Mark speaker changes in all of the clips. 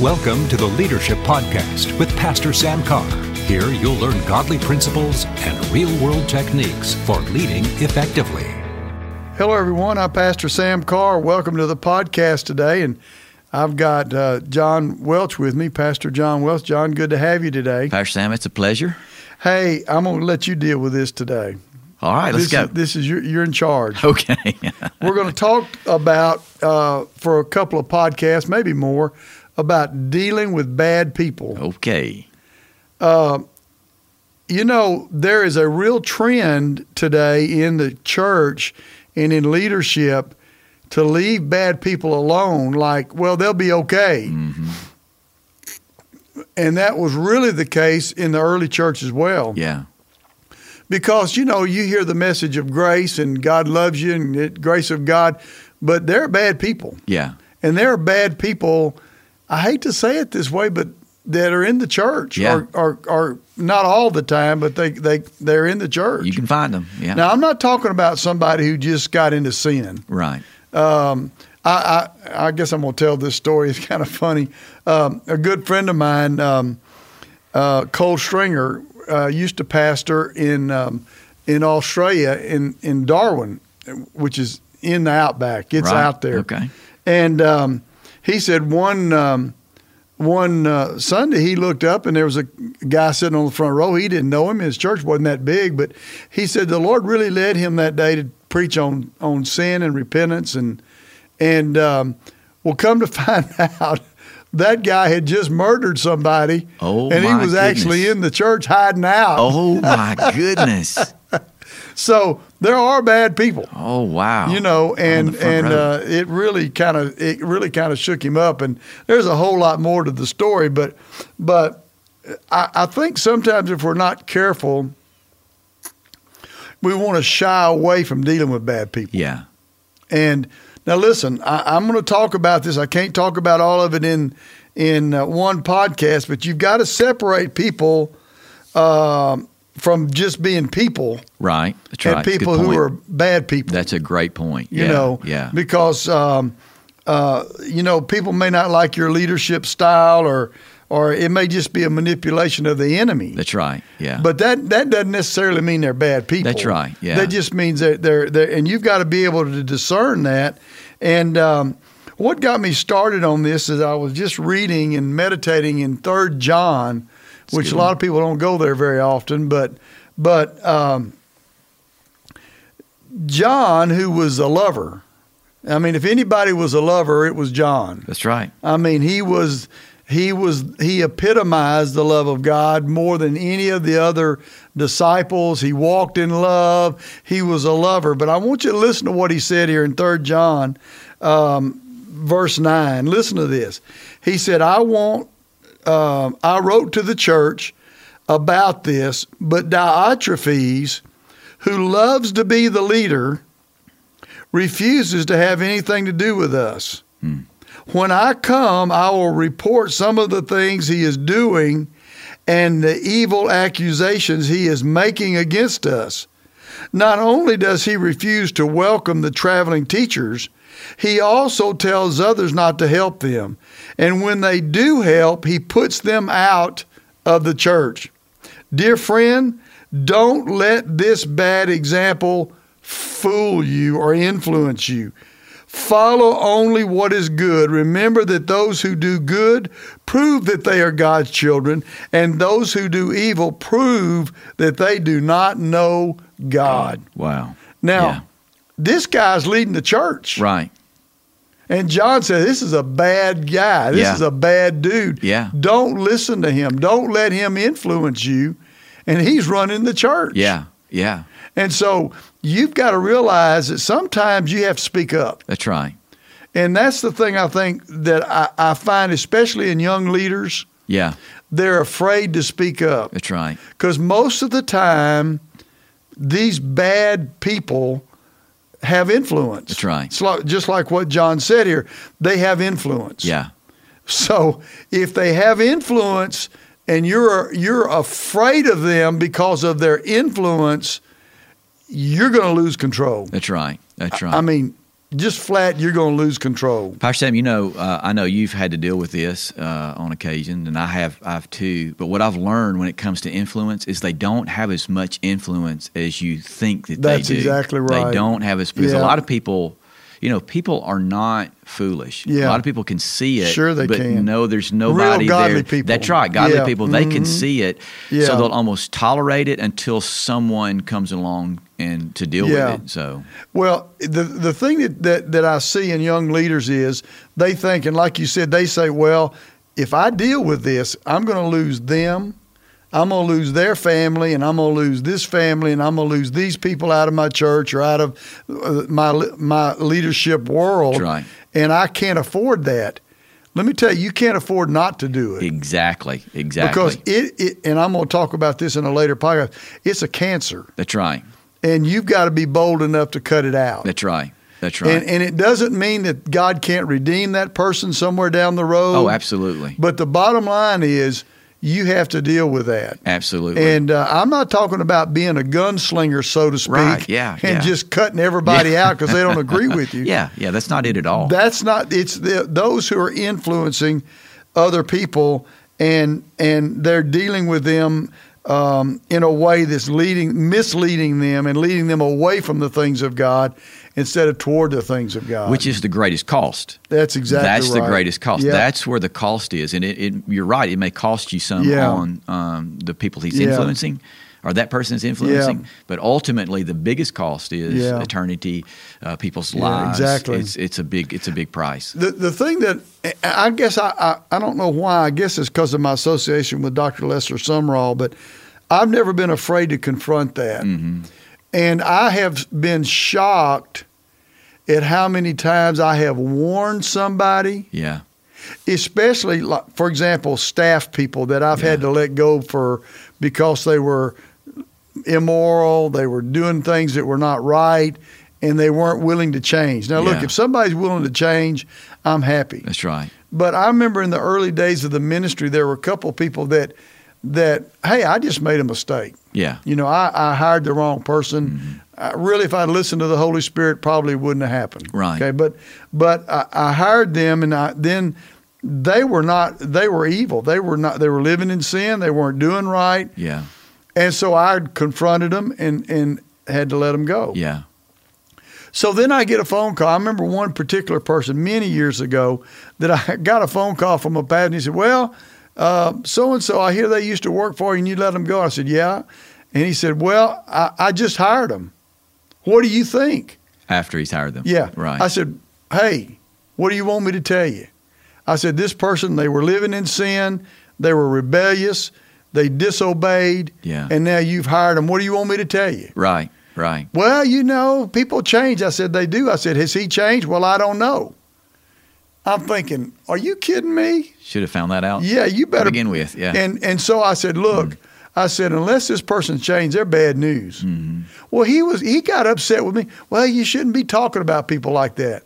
Speaker 1: Welcome to the Leadership Podcast with Pastor Sam Carr. Here you'll learn godly principles and real world techniques for leading effectively.
Speaker 2: Hello, everyone. I'm Pastor Sam Carr. Welcome to the podcast today. And I've got uh, John Welch with me, Pastor John Welch. John, good to have you today.
Speaker 3: Pastor Sam, it's a pleasure.
Speaker 2: Hey, I'm going to let you deal with this today.
Speaker 3: All right, let's
Speaker 2: this
Speaker 3: go.
Speaker 2: Is, this is your, you're in charge.
Speaker 3: okay.
Speaker 2: We're going to talk about, uh, for a couple of podcasts, maybe more, about dealing with bad people.
Speaker 3: okay.
Speaker 2: you know, there is a real trend today in the church and in leadership to leave bad people alone, like, well, they'll be okay. And that was really the case in the early church as well.
Speaker 3: Yeah.
Speaker 2: Because, you know, you hear the message of grace and God loves you and the grace of God, but they're bad people.
Speaker 3: Yeah.
Speaker 2: And there are bad people, I hate to say it this way, but that are in the church
Speaker 3: Yeah.
Speaker 2: or, or, or not all the time, but they, they, they're in the church.
Speaker 3: You can find them. Yeah.
Speaker 2: Now, I'm not talking about somebody who just got into sin. Um,
Speaker 3: Right.
Speaker 2: I, I, I guess I'm going to tell this story. It's kind of funny. Um, a good friend of mine, um, uh, Cole Stringer, uh, used to pastor in um, in Australia in in Darwin, which is in the outback. It's
Speaker 3: Right.
Speaker 2: out there.
Speaker 3: Okay.
Speaker 2: And um, he said one um, one uh, Sunday he looked up and there was a guy sitting on the front row. He didn't know him. His church wasn't that big, but he said the Lord really led him that day to preach on on sin and repentance and and um, well, come to find out. That guy had just murdered somebody,
Speaker 3: Oh,
Speaker 2: and he
Speaker 3: my
Speaker 2: was actually
Speaker 3: goodness.
Speaker 2: in the church hiding out.
Speaker 3: Oh my goodness.
Speaker 2: So there are bad people.
Speaker 3: Oh wow.
Speaker 2: you know
Speaker 3: Right on
Speaker 2: and
Speaker 3: the front
Speaker 2: and
Speaker 3: row.
Speaker 2: uh, it really kind of it really kind of shook him up and there's a whole lot more to the story but but I, I think sometimes if we're not careful we want to shy away from dealing with bad people
Speaker 3: yeah.
Speaker 2: and now, listen, I, I'm going to talk about this. I can't talk about all of it in in uh, one podcast, but you've got to separate people um from just being people
Speaker 3: Right. That's right.
Speaker 2: and
Speaker 3: That's a good
Speaker 2: people who
Speaker 3: point.
Speaker 2: are bad people.
Speaker 3: That's a great point.
Speaker 2: you
Speaker 3: yeah.
Speaker 2: know,
Speaker 3: Yeah.
Speaker 2: because um, uh, you know people may not like your leadership style or or it may just be a manipulation of the enemy.
Speaker 3: That's right. Yeah.
Speaker 2: But that that doesn't necessarily mean they're bad people.
Speaker 3: That's right, yeah.
Speaker 2: That just means that they're they're and you've got to be able to discern that. And um, what got me started on this is I was just reading and meditating in Third John, which
Speaker 3: good
Speaker 2: a lot of people don't go there very often, but but um, John, who was a lover. I mean, if anybody was a lover, it was John.
Speaker 3: That's right.
Speaker 2: I mean, he was he was he epitomized the love of God more than any of the other disciples. He walked in love. He was a lover. But I want you to listen to what he said here in 3 John um, verse 9. Listen to this. He said, I want um, I wrote to the church about this, but Diotrephes, who loves to be the leader, refuses to have anything to do with us. When I come, I will report some of the things he is doing and the evil accusations he is making against us. Not only does he refuse to welcome the traveling teachers, he also tells others not to help them. And when they do help, he puts them out of the church. Dear friend, don't let this bad example fool you or influence you. Follow only what is good. Remember that those who do good prove that they are God's children, and those who do evil prove that they do not know God.
Speaker 3: Wow.
Speaker 2: Now,
Speaker 3: Yeah.
Speaker 2: this guy's leading the church.
Speaker 3: Right.
Speaker 2: And John said, This is a bad guy. This
Speaker 3: Yeah.
Speaker 2: is a bad dude.
Speaker 3: Yeah.
Speaker 2: Don't listen to him. Don't let him influence you. And he's running the church.
Speaker 3: Yeah. Yeah.
Speaker 2: And so you've got to realize that sometimes you have to speak up.
Speaker 3: That's right.
Speaker 2: And that's the thing I think that I, I find, especially in young leaders,
Speaker 3: Yeah.
Speaker 2: they're afraid to speak up.
Speaker 3: That's right.
Speaker 2: Because most of the time, these bad people have influence.
Speaker 3: That's right.
Speaker 2: It's like, just like what John said here, they have influence.
Speaker 3: Yeah.
Speaker 2: So if they have influence and you're you're afraid of them because of their influence, you're going to lose control.
Speaker 3: That's right. That's right.
Speaker 2: I mean, just flat, you're going to lose control.
Speaker 3: Pastor Sam, you know, uh, I know you've had to deal with this uh, on occasion, and I have, I've too. But what I've learned when it comes to influence is they don't have as much influence as you think that
Speaker 2: That's
Speaker 3: they do.
Speaker 2: exactly right.
Speaker 3: They don't have as because
Speaker 2: Yeah.
Speaker 3: a lot of people, you know, people are not foolish.
Speaker 2: Yeah.
Speaker 3: a lot of people can see it.
Speaker 2: Sure they
Speaker 3: but
Speaker 2: can.
Speaker 3: No, there's nobody
Speaker 2: godly
Speaker 3: there.
Speaker 2: people.
Speaker 3: That's right, godly
Speaker 2: Yeah. Mm-hmm.
Speaker 3: people. They can see it,
Speaker 2: Yeah.
Speaker 3: so they'll almost tolerate it until someone comes along and to deal
Speaker 2: Yeah.
Speaker 3: with it. So
Speaker 2: Well, the the thing that, that, that I see in young leaders is they think, and like you said, they say, well, if I deal with this, I'm going to lose them, I'm going to lose their family, and I'm going to lose this family, and I'm going to lose these people out of my church or out of uh, my my leadership world.
Speaker 3: That's right.
Speaker 2: And I can't afford that. Let me tell you, you can't afford not to do it.
Speaker 3: exactly, exactly.
Speaker 2: Because it, it, and I'm going to talk about this in a later podcast, it's a cancer.
Speaker 3: That's right.
Speaker 2: And you've got to be bold enough to cut it out.
Speaker 3: That's right. That's right.
Speaker 2: And, and it doesn't mean that God can't redeem that person somewhere down the road.
Speaker 3: Oh, absolutely.
Speaker 2: But the bottom line is you have to deal with that.
Speaker 3: Absolutely.
Speaker 2: And uh, I'm not talking about being a gunslinger, so to speak,
Speaker 3: Right, yeah,
Speaker 2: and
Speaker 3: yeah.
Speaker 2: just cutting everybody out because they don't agree with you.
Speaker 3: yeah, yeah, that's not it at all.
Speaker 2: That's not. It's the, those who are influencing other people, and and they're dealing with them um, in a way that's leading, misleading them, and leading them away from the things of God instead of toward the things of God.
Speaker 3: which is the greatest cost.
Speaker 2: that's exactly
Speaker 3: that's the
Speaker 2: right.
Speaker 3: greatest cost.
Speaker 2: Yeah.
Speaker 3: That's where the cost is, and it, it, you're right. It may cost you some
Speaker 2: Yeah.
Speaker 3: on um, the people he's
Speaker 2: Yeah.
Speaker 3: influencing, or that person is influencing. But ultimately, the biggest cost is
Speaker 2: Yeah.
Speaker 3: eternity, uh, people's
Speaker 2: Yeah,
Speaker 3: lives.
Speaker 2: exactly.
Speaker 3: It's, it's a big. It's a big price.
Speaker 2: the the thing that I I guess I, I, I don't know why I guess it's because of my association with Dr. Lester Sumrall, but I've never been afraid to confront that,
Speaker 3: Mm. Mm-hmm.
Speaker 2: and I have been shocked at how many times I have warned somebody,
Speaker 3: Yeah.
Speaker 2: especially like, for example, staff people that I've had
Speaker 3: Yeah.
Speaker 2: to let go for because they were immoral, they were doing things that were not right. And they weren't willing to change. Now, look,
Speaker 3: Yeah.
Speaker 2: if somebody's willing to change, I'm happy.
Speaker 3: That's right.
Speaker 2: But I remember in the early days of the ministry, there were a couple people that that hey, I just made a mistake.
Speaker 3: Yeah.
Speaker 2: You know, I, I hired the wrong person. I, really, if I'd listened to the Holy Spirit, probably wouldn't have happened.
Speaker 3: Right.
Speaker 2: Okay. But but I, I hired them, and I, then they were not. They were evil. They were not. They were living in sin. They weren't doing right.
Speaker 3: Yeah.
Speaker 2: And so I confronted them and and had to let them go.
Speaker 3: Yeah.
Speaker 2: So then I get a phone call. I remember one particular person many years ago that I got a phone call from a pastor. And he said, "Well, so and so, I hear they used to work for you, and you let them go." I said, "Yeah," and he said, "Well, I, I just hired them. What do you think?"
Speaker 3: After he's hired them.
Speaker 2: Yeah.
Speaker 3: Right.
Speaker 2: I said, "Hey, what do you want me to tell you?" I said, "This person, they were living in sin, they were rebellious, they disobeyed,
Speaker 3: Yeah.
Speaker 2: and now you've hired them. What do you want me to tell you?"
Speaker 3: right. Right.
Speaker 2: Well, you know, people change. I said, they do. I said, has he changed? Well, I don't know. I'm thinking, are you kidding me?
Speaker 3: Should have found that out.
Speaker 2: Yeah, you
Speaker 3: To
Speaker 2: better.
Speaker 3: begin with. Yeah. Hmm.
Speaker 2: And, and so I said, look, I said, unless this person's changed, they're bad news.
Speaker 3: Hmm.
Speaker 2: Well, he was, he got upset with me. Well, you shouldn't be talking about people like that.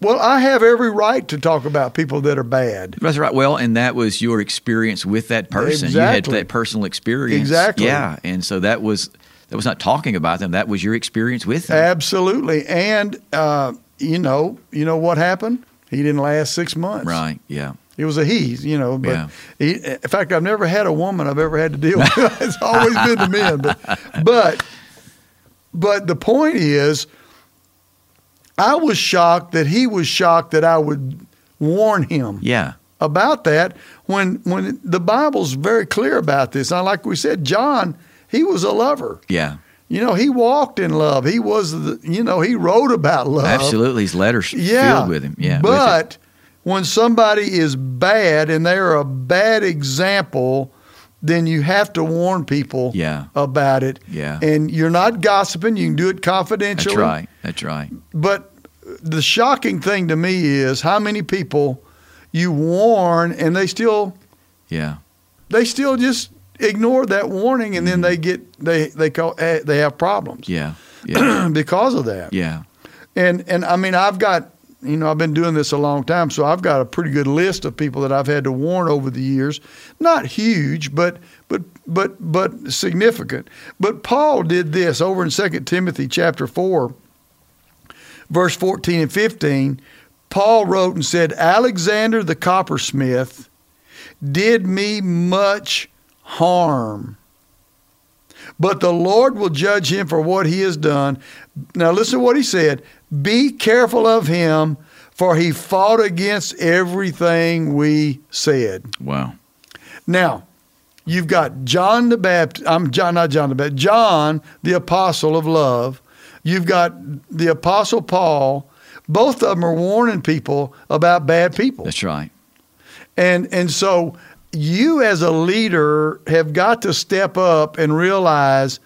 Speaker 2: Well, I have every right to talk about people that are bad.
Speaker 3: That's right. Well, and that was your experience with that person. You
Speaker 2: Exactly.
Speaker 3: had that personal experience.
Speaker 2: Exactly.
Speaker 3: Yeah. And so that was that was not talking about them. That was your experience with them.
Speaker 2: Absolutely. And, uh, you know, you know what happened? He didn't last six months.
Speaker 3: right. Yeah.
Speaker 2: It was a he, you know. But
Speaker 3: Yeah.
Speaker 2: he, in fact, I've never had a woman I've ever had to deal with. it's always been the men. But, but, but the point is, I was shocked that he was shocked that I would warn him
Speaker 3: Yeah.
Speaker 2: about that when when the Bible's very clear about this. Now, like we said, John, he was a lover.
Speaker 3: Yeah.
Speaker 2: You know, he walked in love. He was, the, you know, he wrote about love
Speaker 3: Absolutely. His letters
Speaker 2: Uh, yeah,
Speaker 3: filled with him. Yeah. with it.
Speaker 2: But when somebody is bad and they're a bad example, then you have to warn people
Speaker 3: Yeah.
Speaker 2: about it.
Speaker 3: Yeah.
Speaker 2: And you're not gossiping. You can do it confidentially.
Speaker 3: that's right. That's right.
Speaker 2: But the shocking thing to me is how many people you warn and they still
Speaker 3: Yeah.
Speaker 2: they still just ignore that warning
Speaker 3: Mm-hmm.
Speaker 2: and then they get they they call eh, they have problems
Speaker 3: Yeah. Yeah.
Speaker 2: because of that.
Speaker 3: yeah.
Speaker 2: And and I mean I've got you know I've been doing this a long time, so I've got a pretty good list of people that I've had to warn over the years. Not huge, but but but but significant. But Paul did this over in 2 Timothy chapter 4 verse 14 and 15, Paul wrote and said, Alexander the coppersmith did me much harm. But the Lord will judge him for what he has done. Now, listen to what he said Be careful of him, for he fought against everything we said.
Speaker 3: Wow.
Speaker 2: Now, you've got John the Baptist, I'm John, not John the Baptist, John, the apostle of love. You've got the apostle Paul. Both of them are warning people about bad people.
Speaker 3: That's right.
Speaker 2: And and so you as a leader have got to step up and realize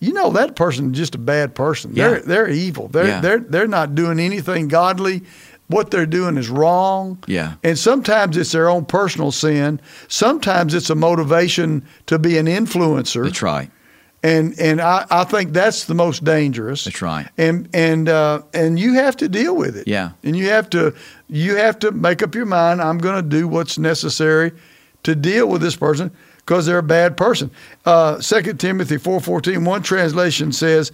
Speaker 2: you know that person is just a bad person.
Speaker 3: Yeah.
Speaker 2: They're they're evil. They're
Speaker 3: Yeah.
Speaker 2: they're they're not doing anything godly. What they're doing is wrong.
Speaker 3: Yeah.
Speaker 2: And sometimes it's their own personal sin. Sometimes it's a motivation to be an influencer.
Speaker 3: That's right.
Speaker 2: And and I, I think that's the most dangerous.
Speaker 3: That's right.
Speaker 2: And and uh, and you have to deal with it.
Speaker 3: Yeah.
Speaker 2: And you have to you have to make up your mind. I'm going to do what's necessary to deal with this person because they're a bad person. Uh, Second Timothy four fourteen. One translation says,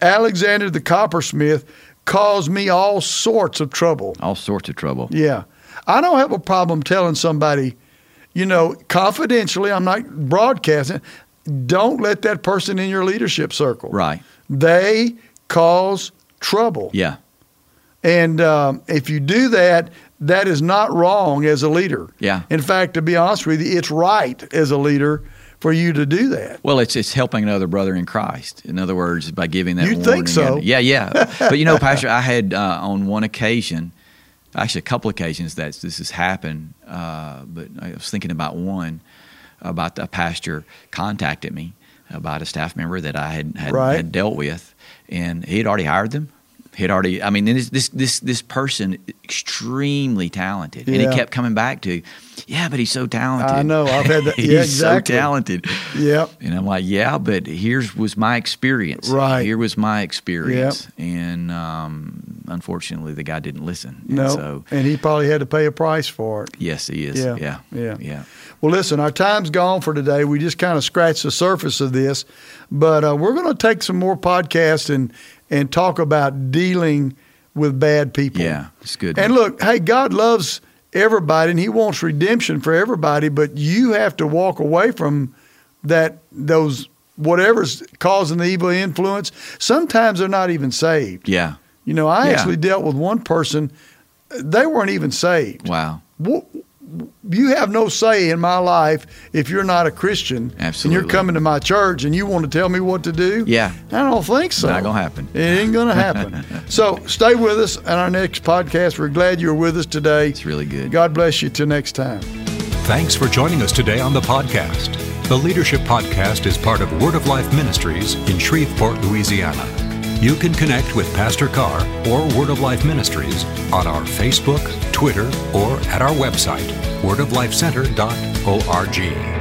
Speaker 2: Alexander the coppersmith caused me all sorts of trouble.
Speaker 3: All sorts of trouble.
Speaker 2: Yeah. I don't have a problem telling somebody, you know, confidentially, I'm not broadcasting, don't let that person in your leadership circle.
Speaker 3: Right.
Speaker 2: They cause trouble.
Speaker 3: Yeah.
Speaker 2: And um, if you do that, that is not wrong as a leader.
Speaker 3: Yeah.
Speaker 2: In fact, to be honest with you, it's right as a leader for you to do that.
Speaker 3: Well, it's it's helping another brother in Christ. In other words, by giving that.
Speaker 2: You'd think
Speaker 3: warning.
Speaker 2: so.
Speaker 3: Yeah, yeah. But you know, Pastor, I had uh, on one occasion, actually a couple occasions that this has happened. Uh, but I was thinking about one about a pastor contacted me about a staff member that I had had,
Speaker 2: Right.
Speaker 3: had dealt with, and he had already hired them. He had already. I mean, this this this this person extremely talented, and
Speaker 2: Yeah.
Speaker 3: he kept coming back to, yeah, but he's so talented.
Speaker 2: I know, I've had that-
Speaker 3: he's
Speaker 2: yeah, exactly.
Speaker 3: so talented.
Speaker 2: Yep.
Speaker 3: And I'm like, yeah, but here's was my experience.
Speaker 2: Right.
Speaker 3: Here was my experience. And um, unfortunately, the guy didn't listen. And
Speaker 2: No.
Speaker 3: So,
Speaker 2: and he probably had to pay a price for it.
Speaker 3: yes, he is.
Speaker 2: Yeah,
Speaker 3: Yeah. Yeah.
Speaker 2: yeah. Well, listen, our time's gone for today. We just kind of scratched the surface of this, but uh, we're going to take some more podcasts and and talk about dealing with bad people.
Speaker 3: Yeah, It's good.
Speaker 2: And look, hey, God loves everybody, and He wants redemption for everybody. But you have to walk away from that those whatever's causing the evil influence. Sometimes they're not even saved.
Speaker 3: yeah.
Speaker 2: You know, I
Speaker 3: Yeah.
Speaker 2: actually dealt with one person; they weren't even saved
Speaker 3: Wow.
Speaker 2: wh- you have no say in my life if you're not a Christian. And
Speaker 3: Absolutely.
Speaker 2: you're coming to my church and you want to tell me what to do?
Speaker 3: Yeah.
Speaker 2: I don't think so.
Speaker 3: Not gonna happen.
Speaker 2: It ain't going to happen. so stay with us on our next podcast. We're glad you're with us today.
Speaker 3: It's really good.
Speaker 2: God bless you. Till next time.
Speaker 1: Thanks for joining us today on the podcast. The Leadership Podcast is part of Word of Life Ministries in Shreveport, Louisiana. You can connect with Pastor Carr or Word of Life Ministries on our Facebook, Twitter, or at our website, wordoflifecenter.org.